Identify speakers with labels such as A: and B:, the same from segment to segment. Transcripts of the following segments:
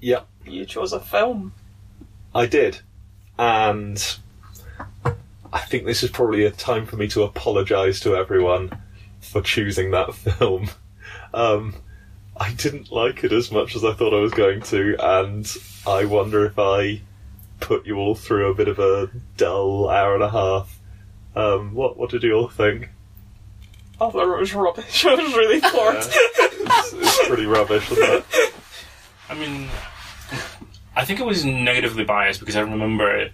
A: Yep.
B: You chose a film.
A: I did. And I think this is probably a time for me to apologise to everyone for choosing that film. Um, I didn't like it as much as I thought I was going to, and I wonder if I put you all through a bit of a dull hour and a half. Um, what what did you all think?
B: I thought it Oh, was rubbish. I was really bored.
A: Yeah. It's, it's pretty rubbish, isn't it?
C: I mean, I think it was negatively biased because I remember it.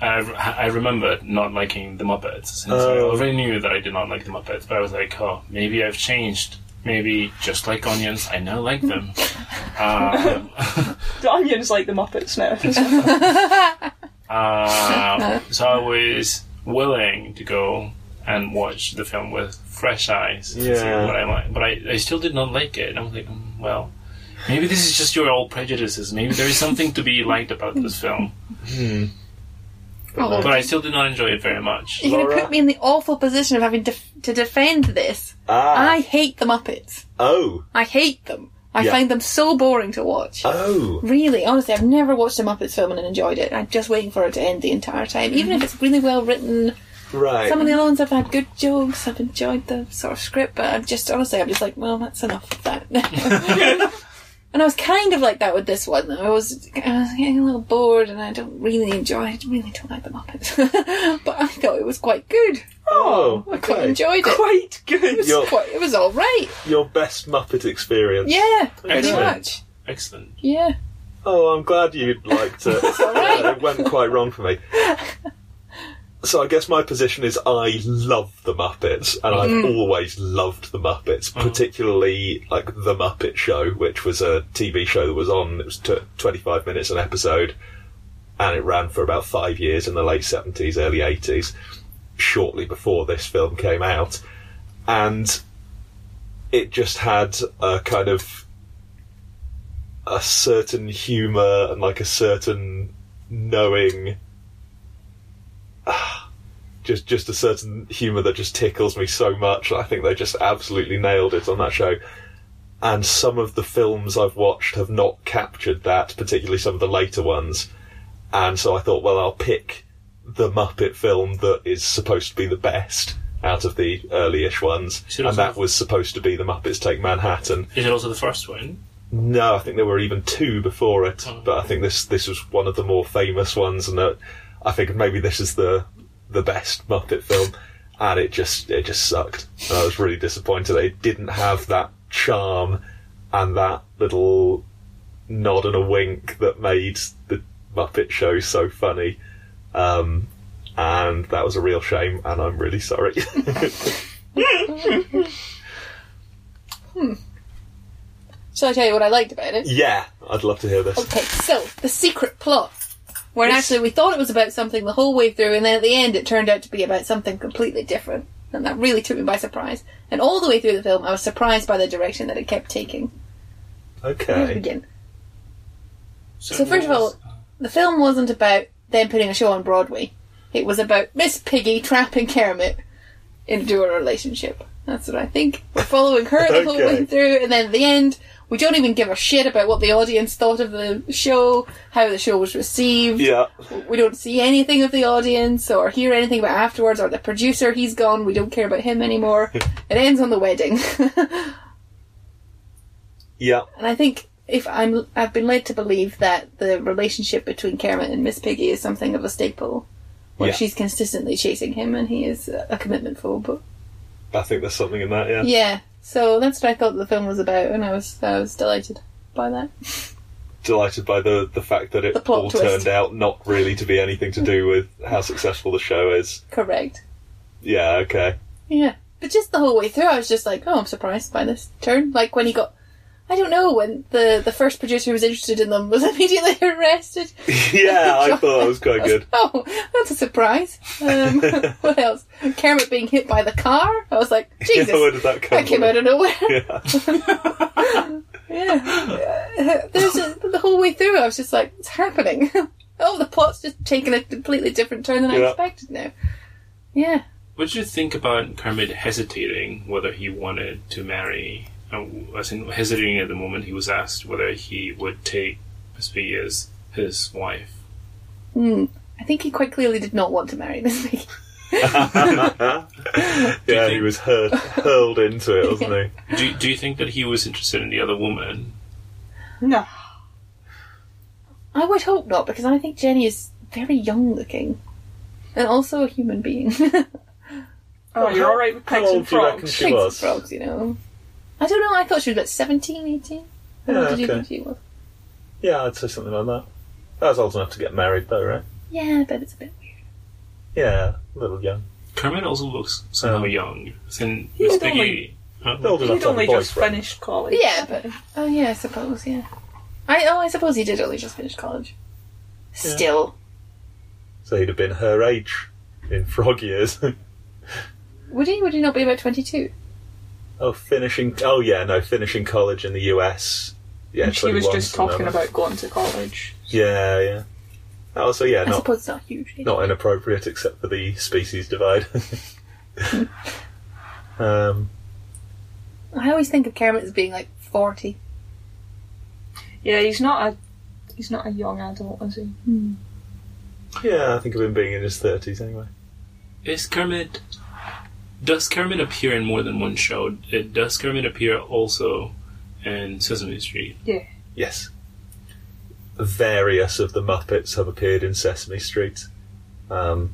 C: I, I remember not liking the Muppets, and so I
A: Oh.
C: already knew that I did not like the Muppets. But I was like, oh, maybe I've changed. Maybe just like onions, I now like them. um,
B: The Onion's like the Muppets now.
C: uh, so I was willing to go and watch the film with fresh eyes. to see
A: Yeah.
C: what I like, but I, I still did not like it. And I was like, mm, well, maybe this is just your old prejudices. Maybe there is something to be liked about this film.
A: Oh.
C: But I still did not enjoy it very much.
A: Yeah.
D: You're going
A: Laura?
D: to put me in the awful position of having def- to defend this.
A: Ah,
D: I hate the Muppets.
A: oh,
D: I hate them. I
A: Yeah.
D: find them so boring to watch.
A: oh,
D: Really, honestly, I've never watched a Muppets film and enjoyed it. I'm just waiting for it to end the entire time. Even if it's really well written,
A: right.
D: some of the other ones have had good jokes. I've enjoyed the sort of script, but I'm just honestly, I'm just like, well, that's enough of that. and I was kind of like that with this one. I was, I was getting a little bored, and I don't really enjoy. I really don't like the Muppets, but I thought it was quite good.
A: oh,
D: I quite
A: okay.
D: enjoyed it.
B: Quite
D: It
B: good.
D: was
A: You're-
D: quite, it was all right.
A: Your best Muppet experience.
D: Yeah, pretty
C: Excellent.
D: much.
C: Excellent.
D: Yeah,
A: Oh, I'm glad you liked it.
D: alright.
A: Yeah, it went quite wrong for me. So I guess my position is I love the Muppets, and I've always loved the Muppets, particularly like the Muppet Show, which was a TV show that was on. It was t- 25 minutes an episode, and it ran for about five years in the late 70s, early 80s, shortly before this film came out, and it just had a kind of a certain humour and like a certain knowing Ah, just just a certain humour that just tickles me so much. I think they just absolutely nailed it on that show. And some of the films I've watched have not captured that, particularly some of the later ones. And so I thought, well, I'll pick the Muppet film that is supposed to be the best out of the early-ish ones,
C: Should
A: and
C: also-
A: that was supposed to be the Muppets Take Manhattan.
C: Is it also the first one?
A: No, I think there were even two before it,
C: Oh.
A: but I think this this was one of the more famous ones, and uh, I think maybe this is the the best Muppet film, and it just it just sucked. And I was really disappointed. It didn't have that charm and that little nod and a wink that made the Muppet Show so funny, um, and that was a real shame. And I'm really sorry.
D: shall I tell you what I liked about it?
A: yeah, I'd love to hear this.
D: Okay, so the secret plot. Where actually we thought it was about something the whole way through, and then at the end it turned out to be about something completely different. And that really took me by surprise. And all the way through the film, I was surprised by the direction that it kept taking. Where to
A: Okay.
D: begin? So first of all- The film wasn't about them putting a show on Broadway. It was about Miss Piggy trapping Kermit into a relationship. That's what I think. We're following her the whole
A: Okay.
D: way through, and then at the end, we don't even give a shit about what the audience thought of the show, how the show was received.
A: Yeah.
D: We don't see anything of the audience or hear anything about afterwards or the producer, he's gone, we don't care about him anymore. it ends on the wedding.
A: Yeah.
D: and I think if I'm I've been led to believe that the relationship between Kermit and Miss Piggy is something of a staple. Where
A: Yeah.
D: she's consistently chasing him and he is a commitment phobe. But
A: I think there's something in that. Yeah.
D: yeah. So that's what I thought the film was about and I was I was delighted by that.
A: delighted by the the fact that it
D: The plot
A: all
D: twist.
A: turned out not really to be anything to do with how successful the show is.
D: Correct.
A: Yeah, okay.
D: Yeah. But just the whole way through, I was just like, oh, I'm surprised by this turn. Like when he got, I don't know, when the, the first producer who was interested in them was immediately arrested.
A: yeah, I thought that was quite
D: I was-
A: good.
D: Oh, that's a surprise. Um, what else? Kermit being hit by the car. I was like, Jesus,
A: Where did that come
D: that came
A: from?
D: out of nowhere.
A: Yeah.
D: yeah. Uh, There's a, the whole way through, I was just like, what's happening? oh, the plot's just taken a completely different turn than I
A: Yeah.
D: expected now. Yeah.
C: What did you think about Kermit hesitating whether he wanted uh, to marry? I was in hesitating at the moment he was asked whether he would take Misby is his wife.
D: Hmm. I think he quite clearly did not want to marry this Mickey.
A: yeah, he was hur- hurled into it, wasn't he?
C: Do, do you think that he was interested in the other woman?
B: No.
D: I would hope not, because I think Jenny is very young looking. And also a human being. Pigs
B: Oh, you're
A: how-
B: alright with
A: how
B: pigs
A: old
B: and
A: do you reckon
B: frogs.
A: She
D: and
A: was.
D: frogs, you know. I don't know, I thought she was about 17, 18. How old
A: Yeah,
D: did you
A: okay.
D: think she was?
A: Yeah, I'd say something like that. That's old enough to get married, though, right?
D: Yeah, but it's a bit weird.
A: Yeah, a little young.
C: Kermit also looks somehow
A: Oh.
C: young. Since
B: Um, He was
C: Miss Piggy. Huh?
A: Old enough
B: He'd
A: to have a
B: only just
A: boyfriend.
B: finished college.
D: Yeah, but. Oh, yeah, I suppose, yeah. I Oh, I suppose he did only just finish college. Still.
A: So he'd have been her age in frog years.
D: Would he? Would he not be about 22?
A: oh, finishing. Oh, yeah, no, finishing college in the US. Yeah,
B: And she was
A: 21,
B: just
A: something
B: talking
A: like that.
B: about going to college.
A: Yeah, yeah. Oh, so yeah,
D: I
A: not
D: suppose it's not hugely.
A: not inappropriate except for the species divide. um,
D: I always think of Kermit as being like 40.
B: Yeah, he's not a he's not a young adult, is he?
A: yeah, I think of him being in his thirties anyway.
C: Is Kermit. Does Kermit appear in more than one show? Uh, Does Kermit appear also in Sesame Street?
A: Yes. Various of the Muppets have appeared in Sesame Street. Um,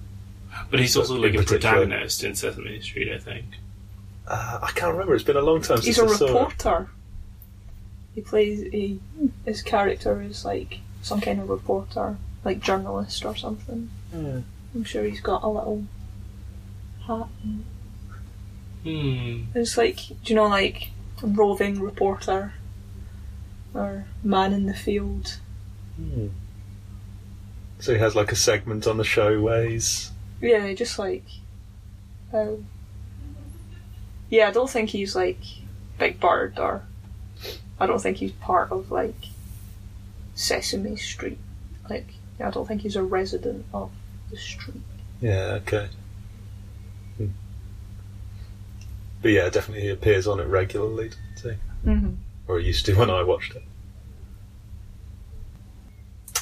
C: But he's also
A: In
C: like a
A: particular-
C: protagonist in Sesame Street, I think.
A: uh, I can't remember. It's been a long time
B: He's a
A: since I saw it.
B: reporter. He plays he his character is like some kind of reporter, like journalist or something.
A: Yeah.
B: I'm sure he's got a little hat. and-
C: Hmm.
B: It's like do you know like roving reporter or man in the field.
A: Hmm. So he has like a segment on the show where he's
B: Yeah, just like. Um, yeah, I don't think he's like Big Bird or. I don't think he's part of like Sesame Street. Like, I don't think he's a resident of the street.
A: yeah okay. Hmm. But yeah, definitely he appears on it regularly, doesn't he?
B: Mm-hmm.
A: or he used to when I watched it.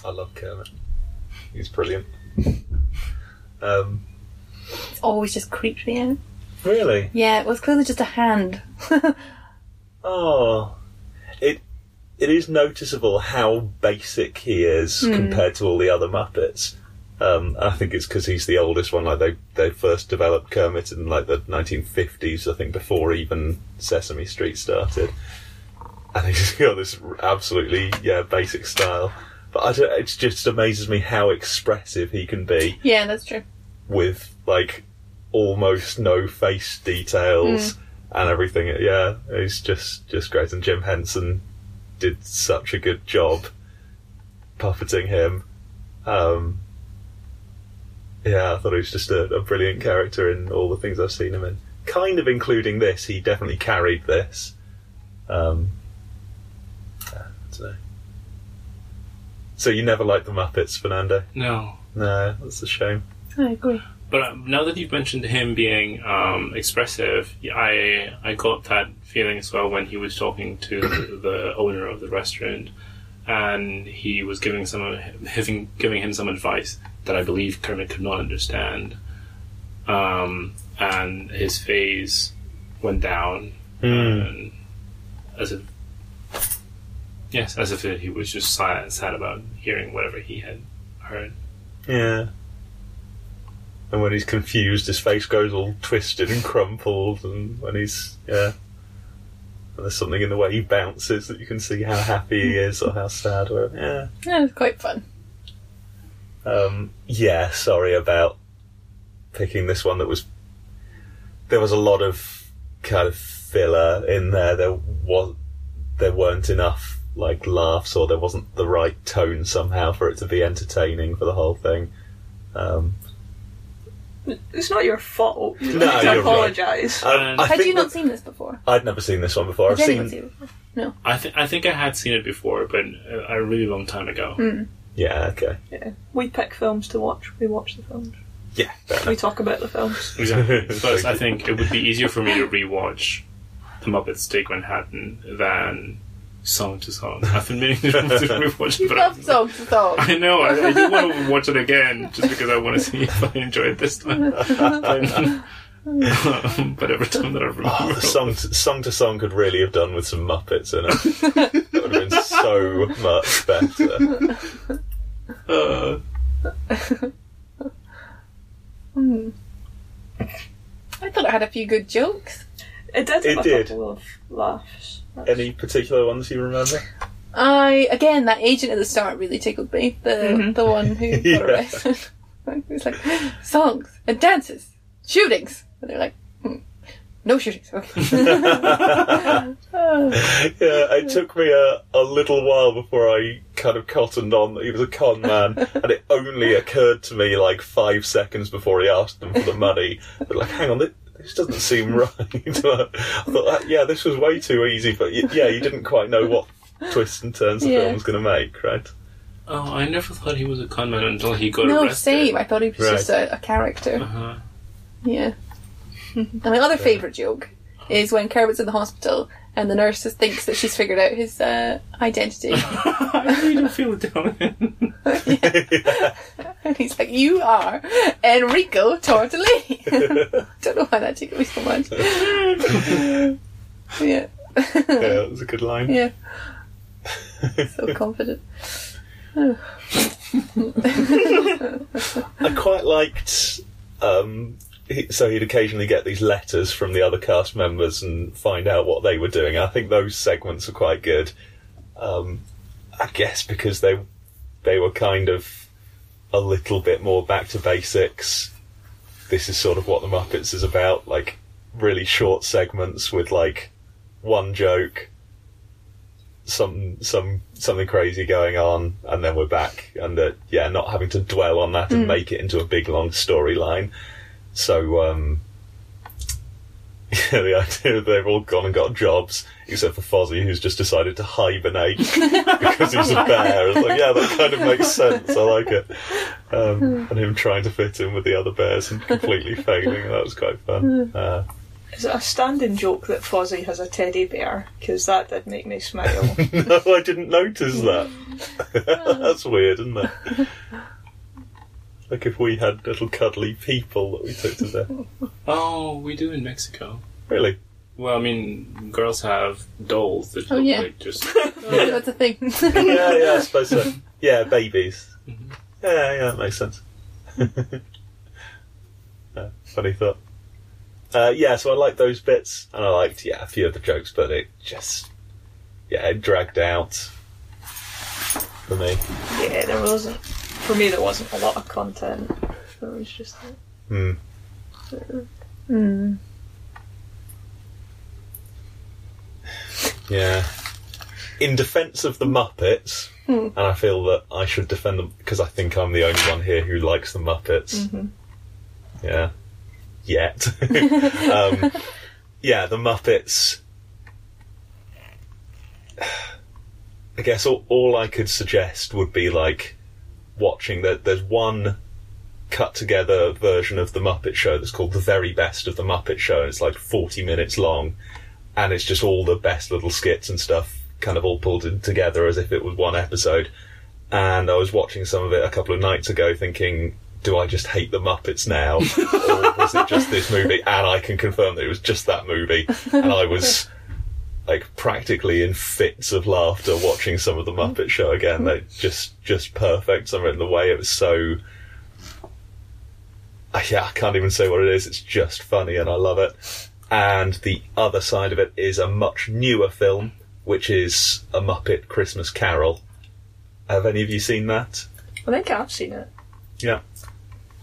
A: I love Kermit. He's brilliant. Um,
D: It's always just creeped me out.
A: really?
D: Yeah, it was clearly just a hand.
A: Oh, it it is noticeable how basic he is compared to all the other Muppets. Um, I think it's because he's the oldest one. Like they they first developed Kermit in like the 1950s, I think, before even Sesame Street started. I think he's got this r- absolutely yeah basic style. But I don't, it just amazes me how expressive he can be
D: yeah, that's true.
A: with like almost no face details and everything. Yeah, it's just just great. And Jim Henson did such a good job puppeting him. Um, yeah, I thought he was just a, a brilliant character in all the things I've seen him in. Kind of including this, he definitely carried this. Um, I don't know. So you never liked the Muppets, Fernando?
C: No.
A: No, that's a shame.
D: I agree.
C: But um, now that you've mentioned him being um, expressive, I I got that feeling as well when he was talking to the owner of the restaurant, and he was giving some giving giving him some advice that I believe Kermit could not understand, um, and his face went down,
A: Hmm.
C: and as if yes, as if he was just sad, sad about hearing whatever he had heard.
A: Yeah. And when he's confused, his face goes all twisted and crumpled, and when he's yeah, and there's something in the way he bounces that you can see how happy he is or how sad or yeah.
D: Yeah, it was quite fun.
A: Um, yeah, sorry about picking this one. That was there was a lot of kind of filler in there. There was there weren't enough like laughs, or there wasn't the right tone somehow for it to be entertaining for the whole thing. Um,
B: It's not your fault. You
A: No,
B: don't need
A: you're
B: to
A: right.
B: apologise.
A: I- I
D: Had
A: think
D: you not
A: that-
D: seen this before?
A: I'd never seen this one before. I've
D: Had anyone
A: seen,
D: seen it before?
C: I, th- I think I had seen it before, but uh, a really long time ago.
A: yeah, okay,
B: Yeah. We pick films to watch, we watch the films,
A: yeah, fair enough.
B: we talk about the films.
C: Exactly. Plus, I think it would be easier for me to rewatch The Muppets Take Manhattan than song to song. I've been meaning to rewatch it,
D: You
C: but
D: love
C: I,
D: song to song.
C: I know I, I do want to watch it again just because I want to see if I enjoy it this time. Um, but every time that I remember,
A: Oh, the song, song to song could really have done with some Muppets in it. that would have been so much better.
C: uh,
D: Hmm. I thought it had a few good jokes.
B: It did.
A: It
B: have
A: did.
B: A couple of laughs.
A: Any particular ones you remember?
D: I again that agent at the start really tickled me. The
B: Mhm.
D: the one who got
A: Mm-hmm. Yeah.
D: arrested. it's like songs and dances, shootings. And they're like, hmm, no shootings. Okay. Oh,
A: Yeah, it took me a, a little while before I kind of cottoned on that he was a con man, and it only occurred to me like five seconds before he asked them for the money. But like, hang on, this, this doesn't seem right. I thought, "That- yeah, this was way too easy, but y- yeah, you didn't quite know what twists and turns the
D: Yeah.
A: film was going to make, right?
C: oh, I never thought he was a con man until he got
D: no,
C: arrested.
D: same. I thought he was
A: Right.
D: just a, a character.
C: Uh-huh.
D: Yeah. and my other favourite joke is when Kermit's in the hospital and the nurse just thinks that she's figured out his uh, identity.
C: I really don't feel it down in.
D: And he's like, "You are Enrico Tortellini." Don't know why that tickled me so much. yeah,
A: Yeah, that was a good line.
D: yeah. So confident.
A: I quite liked. Um, he, so he'd occasionally get these letters from the other cast members and find out what they were doing. I think those segments are quite good. Um, I guess because they they were kind of a little bit more back to basics. This is sort of what the Muppets is about. Like really short segments with like one joke, some some something crazy going on, and then we're back, and uh, yeah, not having to dwell on that and make it into a big long storyline. So um, yeah, the idea that they've all gone and got jobs, except for Fozzie, who's just decided to hibernate because he's a bear. It's like, yeah, that kind of makes sense. I like it. Um, and him trying to fit in with the other bears and completely failing. That was quite fun. Uh,
B: Is it a standing joke that Fozzie has a teddy bear? Because that did make me smile.
A: no, I didn't notice that. That's weird, isn't it? Like if we had little cuddly people that we took to there.
C: Oh, we do in Mexico.
A: Really?
C: Well, I mean, girls have dolls that
D: Oh,
C: look
D: yeah.
C: like just.
D: That's a thing.
A: Yeah, yeah, I suppose so. Yeah, babies. Yeah, yeah, that makes sense. Yeah, funny thought. Uh, yeah, so I liked those bits, and I liked yeah a few of the jokes, but it just yeah it dragged out for me.
B: yeah, there wasn't. For me, there wasn't a lot of content. There was just.
A: Hmm.
D: Hmm.
A: Yeah. In defence of the Muppets, and I feel that I should defend them because I think I'm the only one here who likes the Muppets.
B: Mhm.
A: Yeah. Yet. um, yeah, the Muppets. I guess all, all I could suggest would be like watching that there's one cut together version of the Muppet Show that's called The Very Best of the Muppet Show. and It's like 40 minutes long and it's just all the best little skits and stuff kind of all pulled in together as if it was one episode. And I was watching some of it a couple of nights ago thinking, do I just hate the Muppets now? or was it just this movie? And I can confirm that it was just that movie. And I was like practically in fits of laughter watching some of the Muppet Show again. They just just perfect. Some of it in the way it was so yeah, I can't even say what it is. It's just funny, and I love it. And the other side of it is a much newer film, which is A Muppet Christmas Carol. Have any of you seen that?
B: I think I've seen it.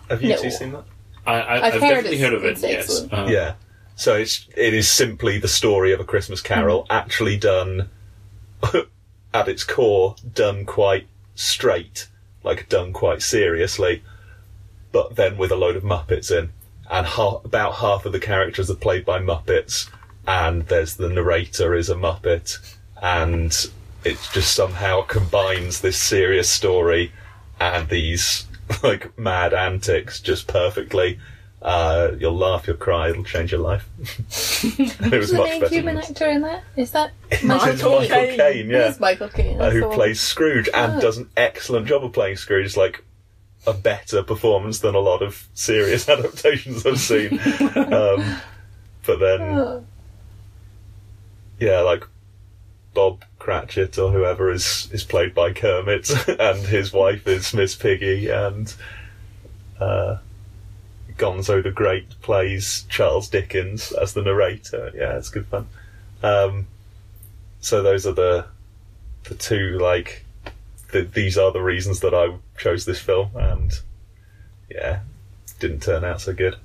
A: Have you
D: No.
A: two seen that?
C: I, I, I've,
D: I've heard
C: definitely
D: it's-
C: heard of it.
D: it's
C: Yes.
D: excellent.
C: Uh,
A: Yeah. So it's it is simply the story of a Christmas Carol, actually done at its core, done quite straight, like done quite seriously, but then with a load of Muppets in, and ha- about half of the characters are played by Muppets, and there's the narrator is a Muppet, and it just somehow combines this serious story and these like mad antics just perfectly Uh, you'll laugh, you'll cry, it'll change your life. it was
D: Who's the
A: much
D: main
A: better. Than
D: human
A: this.
D: actor in that? Is that
A: It's Michael
B: Caine.
A: Caine,
D: It
A: yeah,
D: is Michael Caine.
A: uh,
D: that's the
A: who
D: one.
A: plays Scrooge and
D: Oh.
A: does an excellent job of playing Scrooge. Like a better performance than a lot of serious adaptations I've seen. um, but then.
D: Oh,
A: yeah, like Bob Cratchit or whoever is is played by Kermit, and his wife is Miss Piggy, and uh, Gonzo the Great plays Charles Dickens as the narrator. Yeah, it's good fun. Um, so those are the the two like the, these are the reasons that I chose this film, and yeah, didn't turn out so good.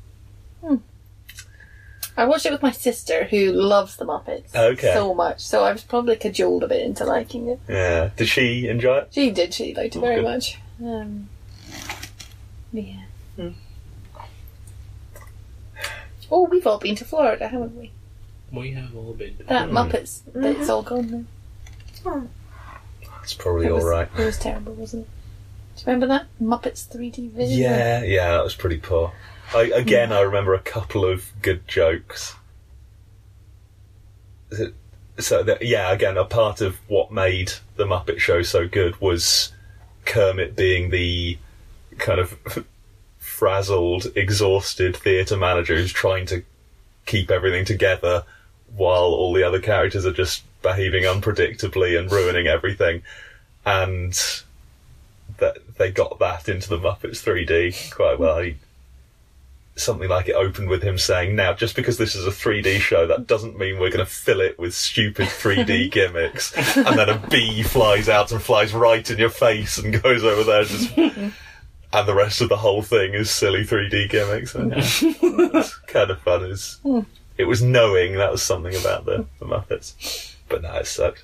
D: I watched it with my sister, who loves the Muppets
A: Okay.
D: so much, so I was probably cajoled a bit into liking it.
A: Yeah, did she enjoy it?
D: She did, she liked it
A: Oh,
D: very
A: good.
D: much. Um, yeah.
B: Hmm.
D: Oh, we've all been to Florida, haven't we?
C: We have all been.
D: That
A: Hmm.
D: Muppets, it's all gone now.
A: It's probably
D: It
A: all
D: was-
A: right.
D: It was terrible, wasn't it? Do you remember that Muppets 3D vision?
A: Yeah, yeah, that was pretty poor. I, again, I remember a couple of good jokes. Is it- So that, yeah, again, a part of what made the Muppet Show so good was Kermit being the kind of frazzled, exhausted theatre manager who's trying to keep everything together while all the other characters are just behaving unpredictably and ruining everything. And that they got that into the Muppets 3D quite well. He, something like it opened with him saying, "Now, just because this is a 3D show, that doesn't mean we're going to fill it with stupid 3D gimmicks." and then a bee flies out and flies right in your face and goes over there, just, and the rest of the whole thing is silly 3D gimmicks. And, yeah, it's kind of fun. Is
D: Hmm.
A: it was knowing that was something about the, the Muppets, but no, it sucked.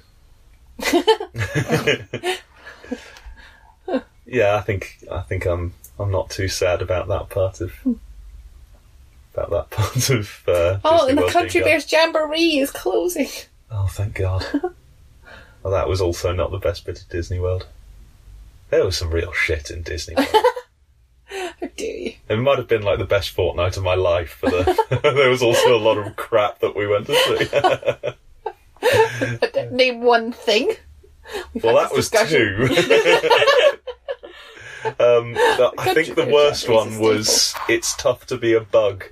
A: yeah, I think I think I'm I'm not too sad about that part of
D: Hmm.
A: about that part of. Uh, Disney
D: Oh, and the
A: World being
D: Country
A: gone.
D: Bears Jamboree is closing.
A: Oh, thank God. well, that was also not the best bit of Disney World. There was some real shit in Disney World.
D: How dare you?
A: it might have been like the best fortnight of my life, but uh, there was also a lot of crap that we went to see.
D: I don't name one thing. We've
A: well,
D: had
A: that
D: this
A: was
D: discussion.
A: two. um, the- I think the
D: Country
A: worst
D: Bears
A: one
D: is a
A: was It's Tough to Be a Bug.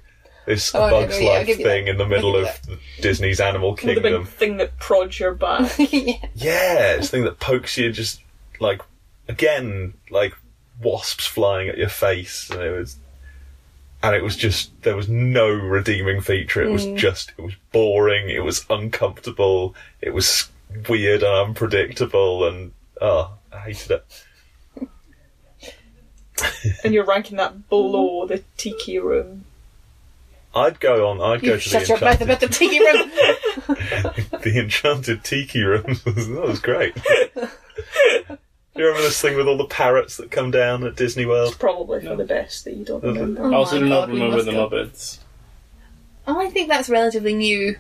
A: This
D: Oh, okay,
A: Bug's
D: yeah, I'll
A: Life
D: give you
A: thing
D: that.
A: in the middle
D: I'll
A: of
D: give
A: Disney's Animal
B: The big
A: Kingdom.
B: thing that prods your back.
D: yeah.
A: Yeah, it's the thing that pokes you just like again, like wasps flying at your face, and it was, and it was just there was no redeeming feature. It was
D: Mm.
A: just it was boring. It was uncomfortable. It was weird and unpredictable, and oh, I hated it.
B: and you're ranking that below the tiki room.
A: I'd go on. I'd go
D: You
A: to the
D: shut your mouth about
A: enchanted,
D: the tiki room.
A: the enchanted tiki room. that was great. Do you remember this thing with all the parrots that come down at Disney World?
B: It's probably for
C: No.
B: the best that you don't
A: Is it?
B: remember.
D: Oh
C: I also
D: my
C: do not
D: God, we
C: remember
D: must
C: the
D: go.
C: Muppets.
D: oh, I think that's relatively new.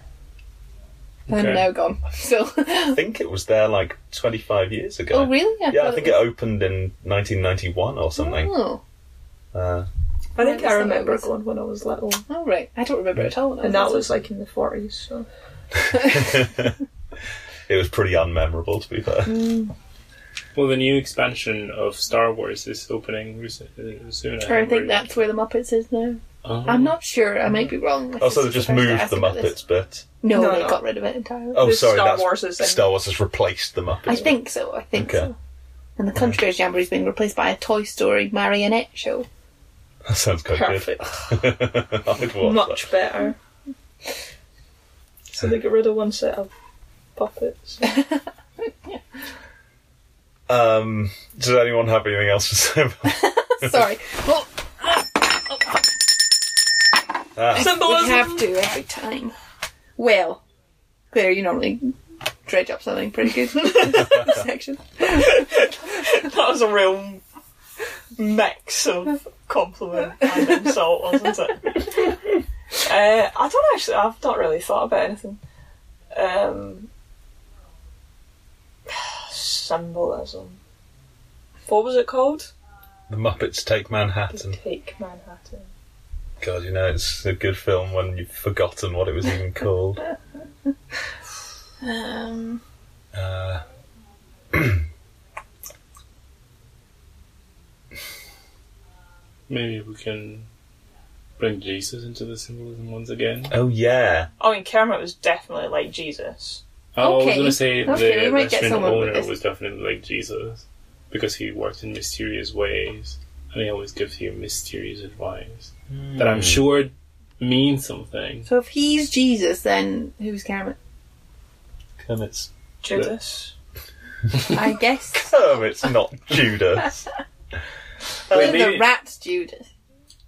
D: And
C: Okay.
D: now gone. So,
A: I think it was there like 25 years ago.
D: oh really?
A: Yeah, I
D: thought
A: think it
D: was-
A: opened in 1991 or something.
D: Oh,
A: Uh,
B: I think
D: Yeah,
B: I
D: so
B: remember
D: it was-
B: going when I was little,
D: all right. I don't remember at all. when I
B: and that
D: little.
B: was like in the forties. So
A: it was pretty unmemorable, to be fair.
D: Mm.
C: Well, the new expansion of Star Wars is opening recently, soon.
D: I think that's where the Muppets is now.
C: Oh.
D: I'm not sure. I might be wrong. My
A: Also, they
D: sister's
A: just
D: supposed to
A: moved
D: ask
A: the
D: about this.
A: Muppets bit.
D: No,
B: No,
D: they
B: no.
D: got rid of it entirely.
A: Oh,
B: This
A: sorry,
B: Star
A: that's
B: Wars is in-
A: Star Wars has replaced the Muppets.
D: I think so. I think
A: Okay.
D: so. And the Country Bears Jamboree is being replaced by a Toy Story marionette show.
A: that sounds quite
B: perfect,
A: good. I'd watch
B: much better. So they got rid of one set of puppets.
A: that. Um, does anyone have anything else to say? About
D: Sorry. Well,
A: that?
D: We
B: Symbolism.
D: have to every time. Well, Claire, you normally dredge up something pretty good this section.
B: That was a real mix of compliment and insult, wasn't it? Uh, I don't actually. I've not really thought about anything. Um, symbolism. What was it called?
A: the Muppets take Manhattan.
B: Take Manhattan.
A: God, you know, it's a good film when you've forgotten what it was even called.
D: Um,
A: Uh,
C: Maybe we can bring Jesus into the symbolism once again.
A: oh, yeah.
B: I mean, Kermit was definitely like Jesus.
C: Oh, I was
D: Okay.
C: going to say
D: Okay, we
C: the
D: might get
C: restaurant
D: someone with
C: owner
D: this.
C: was definitely like Jesus because he worked in mysterious ways and he always gives you mysterious advice
A: Hmm.
C: that I'm sure means something.
D: so if he's Jesus, then who's Kermit?
A: Kermit's,
B: Judas.
D: I guess.
A: Kermit's oh, not Judas.
D: Well,
C: maybe-
D: the rat's Judas.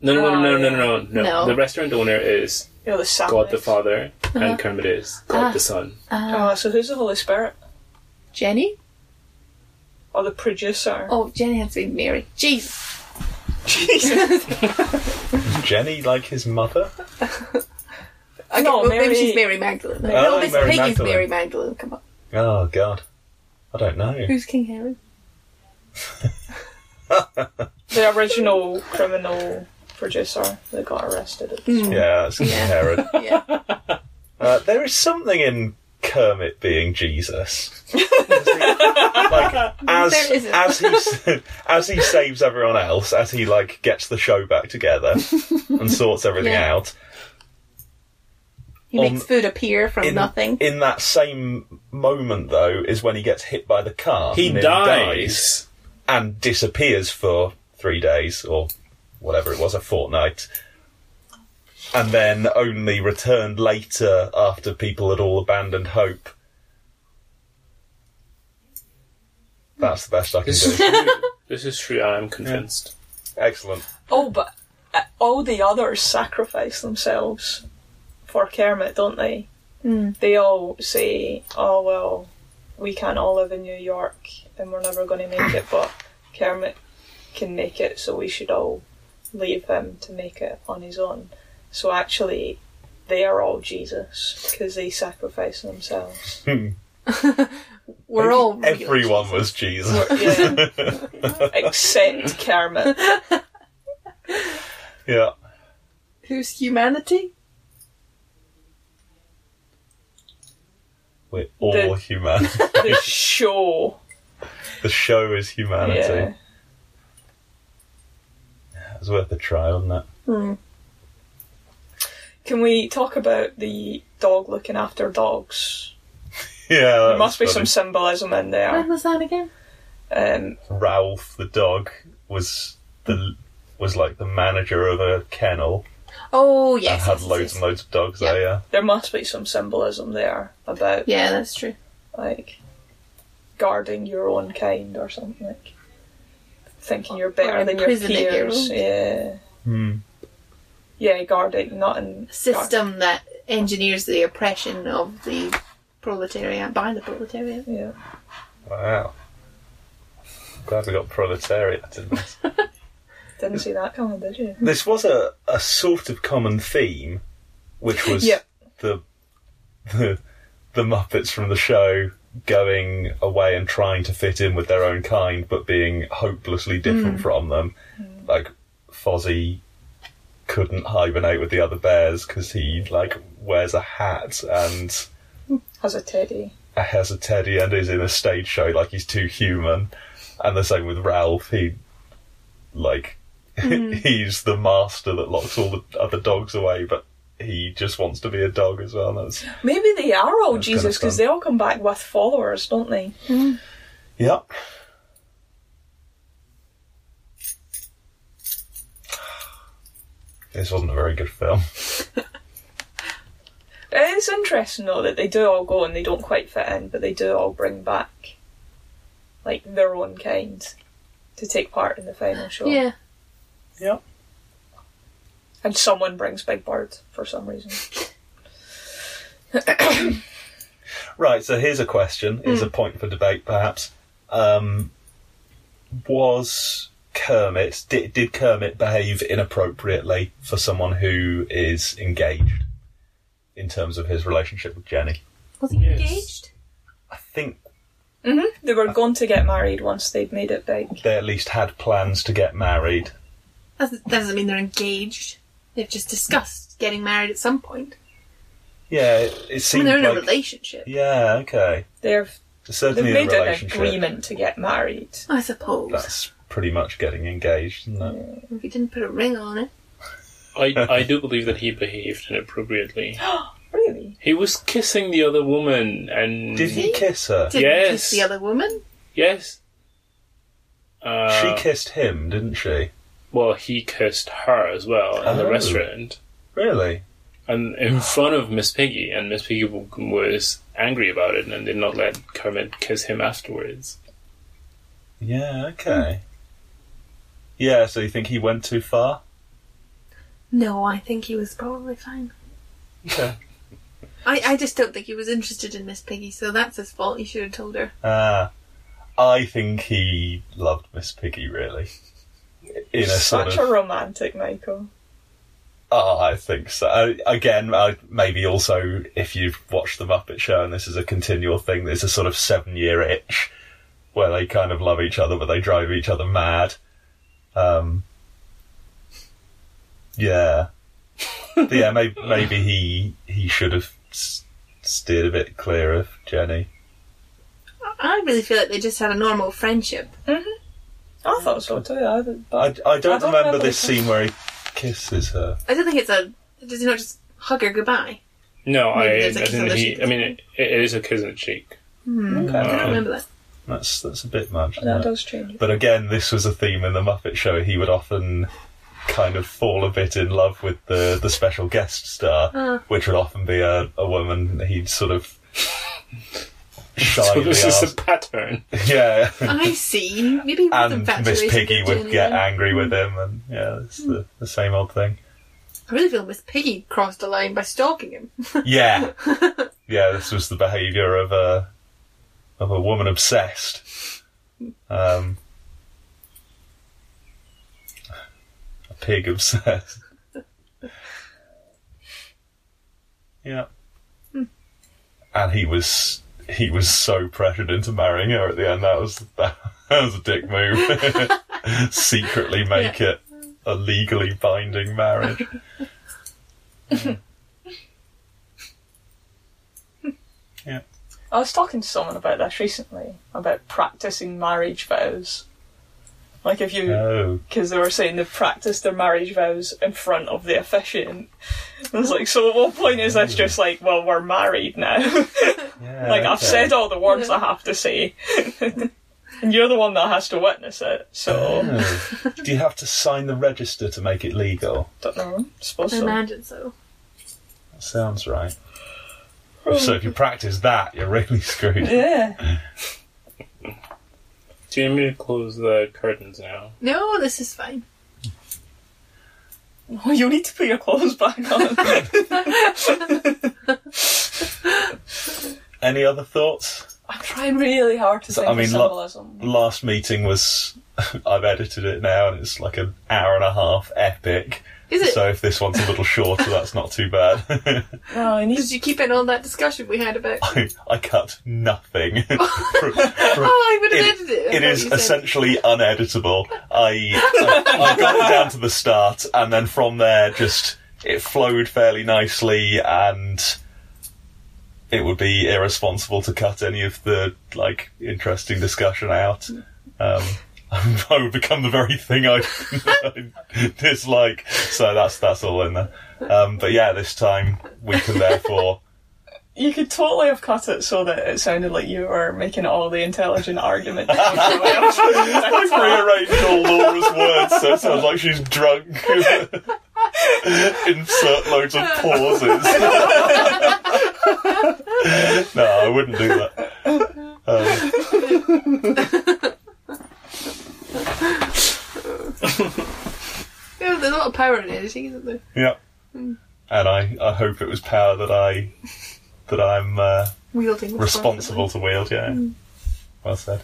C: No, no, no, no, no, no, no, no.
D: No.
C: The restaurant owner is
B: You know, the Sabbath.
C: God the Father
D: Uh-huh.
C: and Kermit is God
D: Ah.
C: the Son.
D: Uh,
B: Oh, so who's the Holy Spirit?
D: Jenny?
B: Or the producer?
D: Oh, Jenny has to be Mary. Jesus.
B: Jesus.
A: Is Jenny like his mother?
D: Okay,
B: No,
D: well, maybe
B: Mary-
D: she's Mary Magdalene.
B: Oh,
D: no, Miss
A: Mary
D: Pig is
A: Magdalene.
D: Mary Magdalene. Come on.
A: Oh, God. I don't know.
D: Who's King Herod?
B: the original criminal producer that got arrested. At the
A: Yeah, it's King Herod.
D: Hmm. Yeah.
A: Uh, there is something in Kermit being Jesus. like as
D: There isn't.
A: as he s- as he saves everyone else, as he like gets the show back together and sorts everything
D: Yeah.
A: out.
D: He
A: On-
D: makes food appear from
A: Um, In,
D: nothing.
A: In that same moment, though, is when he gets hit by the car.
C: He
A: and
C: dies.
A: and disappears for three days or whatever it was, a fortnight. And then only returned later after people had all abandoned hope. That's the best I can
C: This is
A: do.
C: true. this is true. I'm convinced.
A: Excellent.
B: Oh, but uh, all the others sacrifice themselves for Kermit, don't they?
D: Mm.
B: They all say, "Oh well, we can't all live in New York, and we're never going to make it." But Kermit can make it, so we should all leave him to make it on his own. So actually, they are all Jesus because they sacrifice themselves.
D: We're all real.
A: Everyone was Jesus.
B: Yeah. Except Kermit.
A: Yeah.
D: Who's humanity?
A: We're all
B: The-
A: human.
B: The show.
A: the show is humanity.
B: Yeah.
A: It was worth a try, wasn't it?
B: Can we talk about the dog looking after dogs?
A: Yeah.
B: There
A: that
B: must be
A: was
B: some
A: funny.
B: symbolism in there.
D: When was that again?
B: Um,
A: Ralph the dog was the was like the manager of a kennel.
D: Oh,
A: and
D: yes.
A: had
D: yes, yes,
A: loads
D: yes.
A: and loads of dogs
D: Yeah.
A: there, yeah.
B: there must be some symbolism there about
D: Yeah, that's true.
B: like guarding your own kind or something like thinking you're better
D: Or
B: than your
D: imprisoning your
B: peers.
D: own.
B: yeah,
A: Hmm.
B: yeah, guarding, not in
D: A system that engineers the oppression of the proletariat by the proletariat.
B: Yeah,
A: Wow. Glad we got proletariat in this.
B: didn't see that coming, did you?
A: this was a, a sort of common theme, which was
B: Yeah.
A: the, the the Muppets from the show going away and trying to fit in with their own kind, but being hopelessly different from them. Like Fozzie couldn't hibernate with the other bears because he like wears a hat and
B: As a teddy.
A: has a teddy and is in a stage show like he's too human and the same with ralph he like he's the master that locks all the other dogs away but he just wants to be a dog as well that's
B: Maybe they are all
A: That's
B: Jesus
A: kinda
B: because
A: fun.
B: they all come back with followers, don't they?
A: yep this wasn't a very good film
B: It's interesting though that they do all go and they don't quite fit in, but they do all bring back like their own kind to take part in the final show.
D: Yeah.
A: yep
B: And someone brings Big Bird for some reason.
A: Right, so here's a question, here's a point for debate perhaps. Um, was Kermit, did, did Kermit behave inappropriately for someone who is engaged in terms of his relationship with Jenny?
D: Was he
C: Yes.
D: engaged?
A: I think
B: They were going to get married once they'd made it big.
A: they at least had plans to get married.
D: That doesn't mean they're engaged. They've just discussed getting married at some point.
A: Yeah, it, it
D: I mean,
A: seemed
D: they're in a
A: like.
D: relationship,
A: yeah, okay.
B: They've
A: Certainly
B: they've
A: in
B: made
A: a
B: an
A: relationship.
B: agreement to get married.
D: I suppose.
A: That's pretty much getting engaged, isn't it?
D: If you didn't put a ring on it,
C: I, I do believe that he behaved inappropriately.
B: Really?
C: He was kissing the other woman, and
A: Did he kiss her?
D: didn't
C: Yes.
D: kiss the other woman.
C: yes, uh,
A: she kissed him, didn't she?
C: well, he kissed her as well in the
A: Oh.
C: restaurant,
A: Really?
C: and in front of Miss Piggy, and Miss Piggy w- was angry about it and did not let Kermit kiss him afterwards.
A: Yeah, okay. Yeah, so you think he went too far?
D: No, I think he was probably fine.
A: Okay.
D: I, I just don't think he was interested in Miss Piggy, so that's his fault. You should have told her.
A: Ah, I think he loved Miss Piggy, really. In a sort
B: Such
A: of.
B: a romantic Michael.
A: Oh, I think so. I, again, I, maybe also if you've watched The Muppet Show and this is a continual thing, there's a sort of seven year itch where they kind of love each other but they drive each other mad. Um, yeah. but yeah, maybe, maybe he he should have s- steered a bit clear of Jenny.
D: I- I really feel like they just had a normal friendship.
B: I thought so too. I, didn't-
A: I, I
B: but
A: don't, remember,
B: remember
A: this
B: the-
A: scene where he kisses her.
D: I don't think it's a. Does he not just hug her goodbye?
C: No, I,
D: Maybe
C: I
D: there's a kiss on
C: didn't.
D: the
C: He,
D: cheek.
C: I mean, it, it is a kiss on the cheek.
D: I
A: Okay.
D: don't remember that.
A: That's, that's a bit much. isn't
B: that
A: it?
B: does change.
A: But again, this was a theme in the Muppet Show. He would often kind of fall a bit in love with the, the special guest star,
D: Uh.
A: which would often be a, a woman he'd sort of
C: So
A: shyly
C: this is a
A: ask.
C: pattern.
A: Yeah.
D: I see. Maybe he was
A: And
D: infatuated
A: Miss Piggy
D: with
A: would
D: Jenny
A: get
D: then.
A: angry with him, and yeah, it's the, the same old thing.
D: I really feel Miss Piggy crossed the line by stalking him.
A: Yeah, yeah, this was the behaviour of a of a woman obsessed. Um, a pig obsessed. yeah.
B: Hmm.
A: And he was he was so pressured into marrying her at the end. That was that, was a dick move. Secretly make it a legally binding marriage.
B: I was talking to someone about this recently about practicing marriage vows. Like if you
A: Oh.
B: because they were saying they've practiced their marriage vows in front of the officiant. I was like, so at what point is this just like, well, we're married now?
A: Yeah,
B: like, I've
A: okay.
B: said all the words I have to say. and you're the one that has to witness it, so.
A: Oh. Do you have to sign the register to make it legal?
B: Don't know. Suppose
D: I
B: so.
D: imagine so.
A: That sounds right. So if you practice that, you're really screwed.
B: Yeah.
C: Do you need me to close the curtains now?
D: No, this is fine.
B: Well, you'll need to put your clothes back on.
A: Any other thoughts?
B: I'm trying really hard to
A: So,
B: think
A: I mean,
B: of
A: lo-
B: symbolism.
A: Last meeting was. I've edited it now and it's like an hour and a half epic.
D: Is it?
A: So if this one's a little shorter, that's not too bad.
B: oh, I need
D: Did you keep in all that discussion we had about?
A: I, I cut nothing.
D: Oh, I would have
A: It-
D: edited it. I
A: it
D: thought
A: is
D: you said-
A: essentially uneditable. I, I I got down to the start, and then from there, just it flowed fairly nicely, and it would be irresponsible to cut any of the like interesting discussion out. Um, I would become the very thing I, I dislike. So that's that's all in there. Um, but yeah, this time we can therefore.
B: You could totally have cut it so that it sounded like you were making all the intelligent argument. that everybody else was
A: I've rearranged all Laura's words so it sounds like she's drunk. Insert loads of pauses. no, I wouldn't do that. Um,
D: Yeah, Oh, there's a lot of power in editing, isn't there?
A: yeah. And I, I hope it was power that I that I'm uh,
D: Wielding
A: responsible to wield, yeah.
D: Hmm.
A: Well said.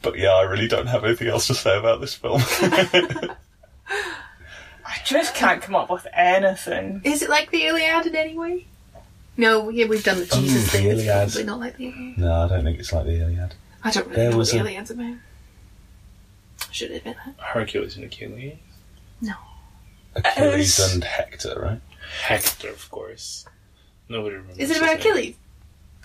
A: But yeah, I really don't have anything else to say about this film.
B: I just can't come up with anything.
D: Is it like the Iliad in any way? No, yeah, we've done the
A: Oh,
D: Jesus
A: the
D: thing. It's
A: Iliad.
D: probably not like the Iliad.
A: no, I don't think it's like the Iliad.
D: I don't really
A: There
D: know what
A: was
D: the
A: a-
D: Iliad's about. I should admit that.
C: Hercules and Achilles.
A: Achilles
E: Uh,
A: and Hector, right?
C: Hector, of course. Nobody remembers.
D: Is it
C: his
D: about
C: name.
D: Achilles?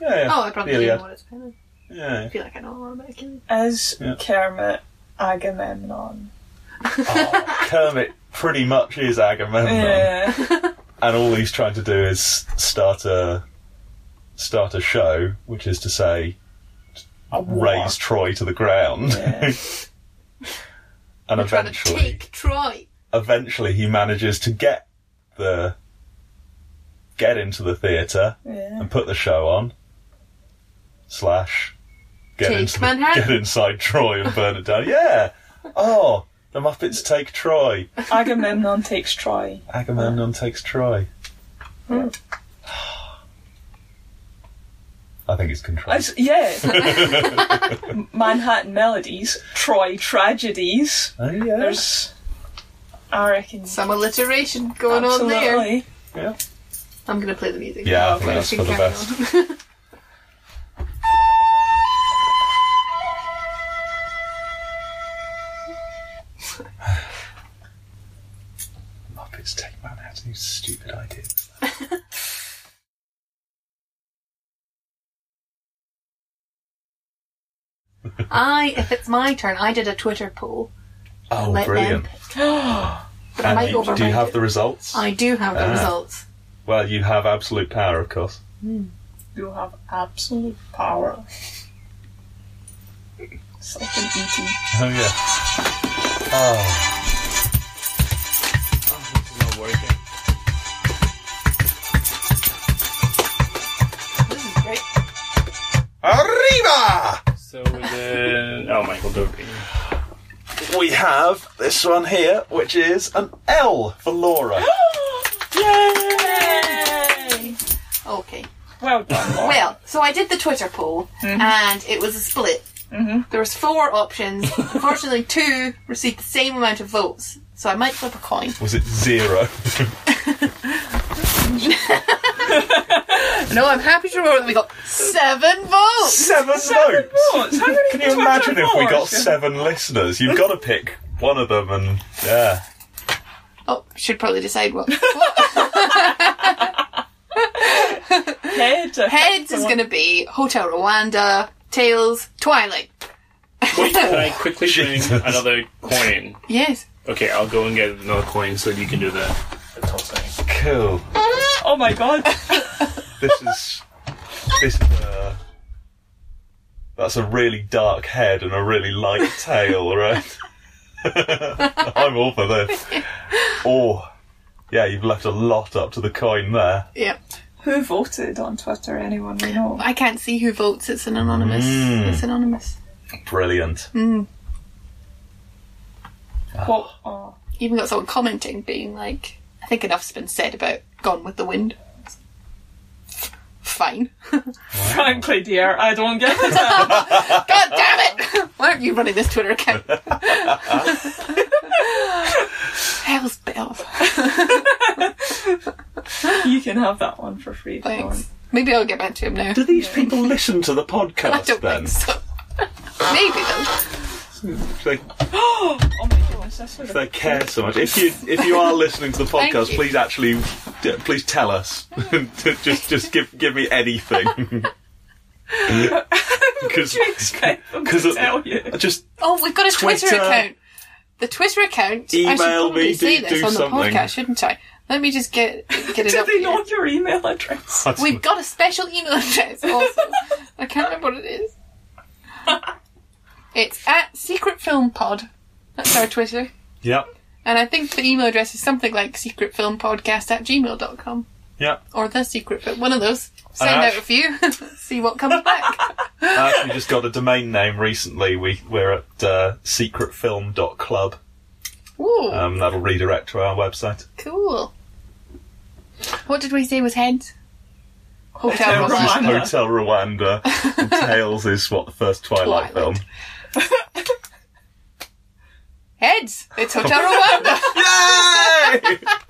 A: Yeah, yeah.
D: Oh, I probably
A: Iliad.
D: don't know what it's about.
A: Yeah, yeah.
D: I feel like I know a lot about Achilles.
B: As
A: Yeah.
B: Kermit Agamemnon.
A: Oh, Kermit pretty much is Agamemnon,
B: Yeah.
A: and all he's trying to do is start a start a show, which is to say, raise Troy to the ground,
B: Yeah.
A: and
D: Trying to
A: eventually,
D: take Troy.
A: eventually he manages to get the get into the theatre
B: yeah.
A: and put the show on. Slash, get
D: Take
A: into the-
D: Manhattan.
A: get inside Troy and burn it down. Yeah. Oh, the Muppets take Troy.
B: Agamemnon takes Troy.
A: Agamemnon takes Troy.
B: Hmm.
A: I think it's control.
B: As, yeah. Manhattan Melodies, Troy Tragedies.
A: Oh yeah.
B: There's, I reckon,
D: Some alliteration going
B: absolutely.
D: on there.
A: yeah.
D: I'm gonna play the music.
A: Yeah, I think
D: We
A: that's
D: can
A: for the
D: carry
A: best.
D: on.
A: Muppets take Manhattan. is a Stupid idea.
D: I, if it's my turn, I did a Twitter poll.
A: Oh,
D: Let
A: brilliant!
D: them. But I
A: And
D: might
A: you- do you
D: override
A: have
D: it.
A: the results?
D: I do have the
A: Ah.
D: results.
A: Well, you have absolute power, of course.
B: You have absolute power. It's like an ET.
A: Oh yeah. Oh,
C: Oh, this is not working.
D: This is Mm, great.
A: arriba!
C: So the oh, Michael Doherty.
A: We have this one here, which is an L for Laura.
D: Okay.
B: Well done, Laura.
D: Well, so I did the Twitter poll, and it was a split.
B: Mhm.
D: There was four options. Unfortunately, two received the same amount of votes. So I might flip a coin.
A: Was it zero?
D: No, I'm happy to report that we got seven votes.
A: seven, votes.
B: votes. Oh, How many
A: Can you imagine if we got
B: votes?
A: seven listeners? You've got to pick one of them, and yeah,
D: Oh, should probably decide what. what
B: Heads.
D: heads is going to be Hotel Rwanda, tails Twilight.
C: Wait, can I quickly bring
A: Jesus.
C: another coin?
D: Yes.
C: Okay, I'll go and get another coin so you can do the, the tossing.
A: cool.
B: Oh my god.
A: This is this is uh, that's a really dark head and a really light tail, right? I'm all for this. Oh, yeah, you've left a lot up to the coin there.
D: Yeah.
B: Who voted on Twitter? Anyone we know?
D: I can't see who votes. It's an anonymous.
A: Mm.
D: It's anonymous.
A: Brilliant.
B: What? Oh,
D: Even got someone commenting, being like, "I think enough's been said about Gone with the Wind." Fine.
B: frankly, dear, I don't get it.
D: God damn it! Why aren't you running this Twitter account? Hell's bells.
B: you can have that one for free. if you
D: Thanks. Maybe I'll get back to him now.
A: Do these people listen to the
D: I
A: podcast
D: don't
A: then?
D: think so. Maybe though.
A: If they,
B: want. Oh my goodness, this was a-
A: if they care so much. If you if you are listening to the
D: Thank
A: podcast,
D: you.
A: please actually d- please tell us. just just give give me anything. Because
B: expect them
A: Because
B: to
A: of-
B: tell you.
A: just
D: Oh, we've got a Twitter,
A: Twitter.
D: account. The Twitter account. I should
A: Email
D: probably
A: me,
D: say
A: do-
D: this
A: do
D: on the
A: something.
D: podcast, shouldn't I? Let me just get get it
B: Do
D: up.
B: they
D: here.
B: know your email address?
D: We've got a special email address also. I can't remember what it is. It's at Secret Film Pod. That's our Twitter.
A: yep
D: And I think the email address is something like secretfilmpodcast at gmail.com.
A: yep.
D: Or the secret film. One of those. Send
A: And
D: out
A: actu-
D: a few. See what comes back.
A: I actually just got a domain name recently. We we're at uh, secretfilm.club.
D: Ooh,
A: Um, that'll redirect to our website.
D: cool. What did we say was heads? Hotel
B: Hotel
D: Rwanda.
B: Rwanda.
A: Hotel Rwanda. and Tales is what the first Twilight,
D: Twilight.
A: film.
D: Heads! It's Hotel Rwanda!
A: Yay!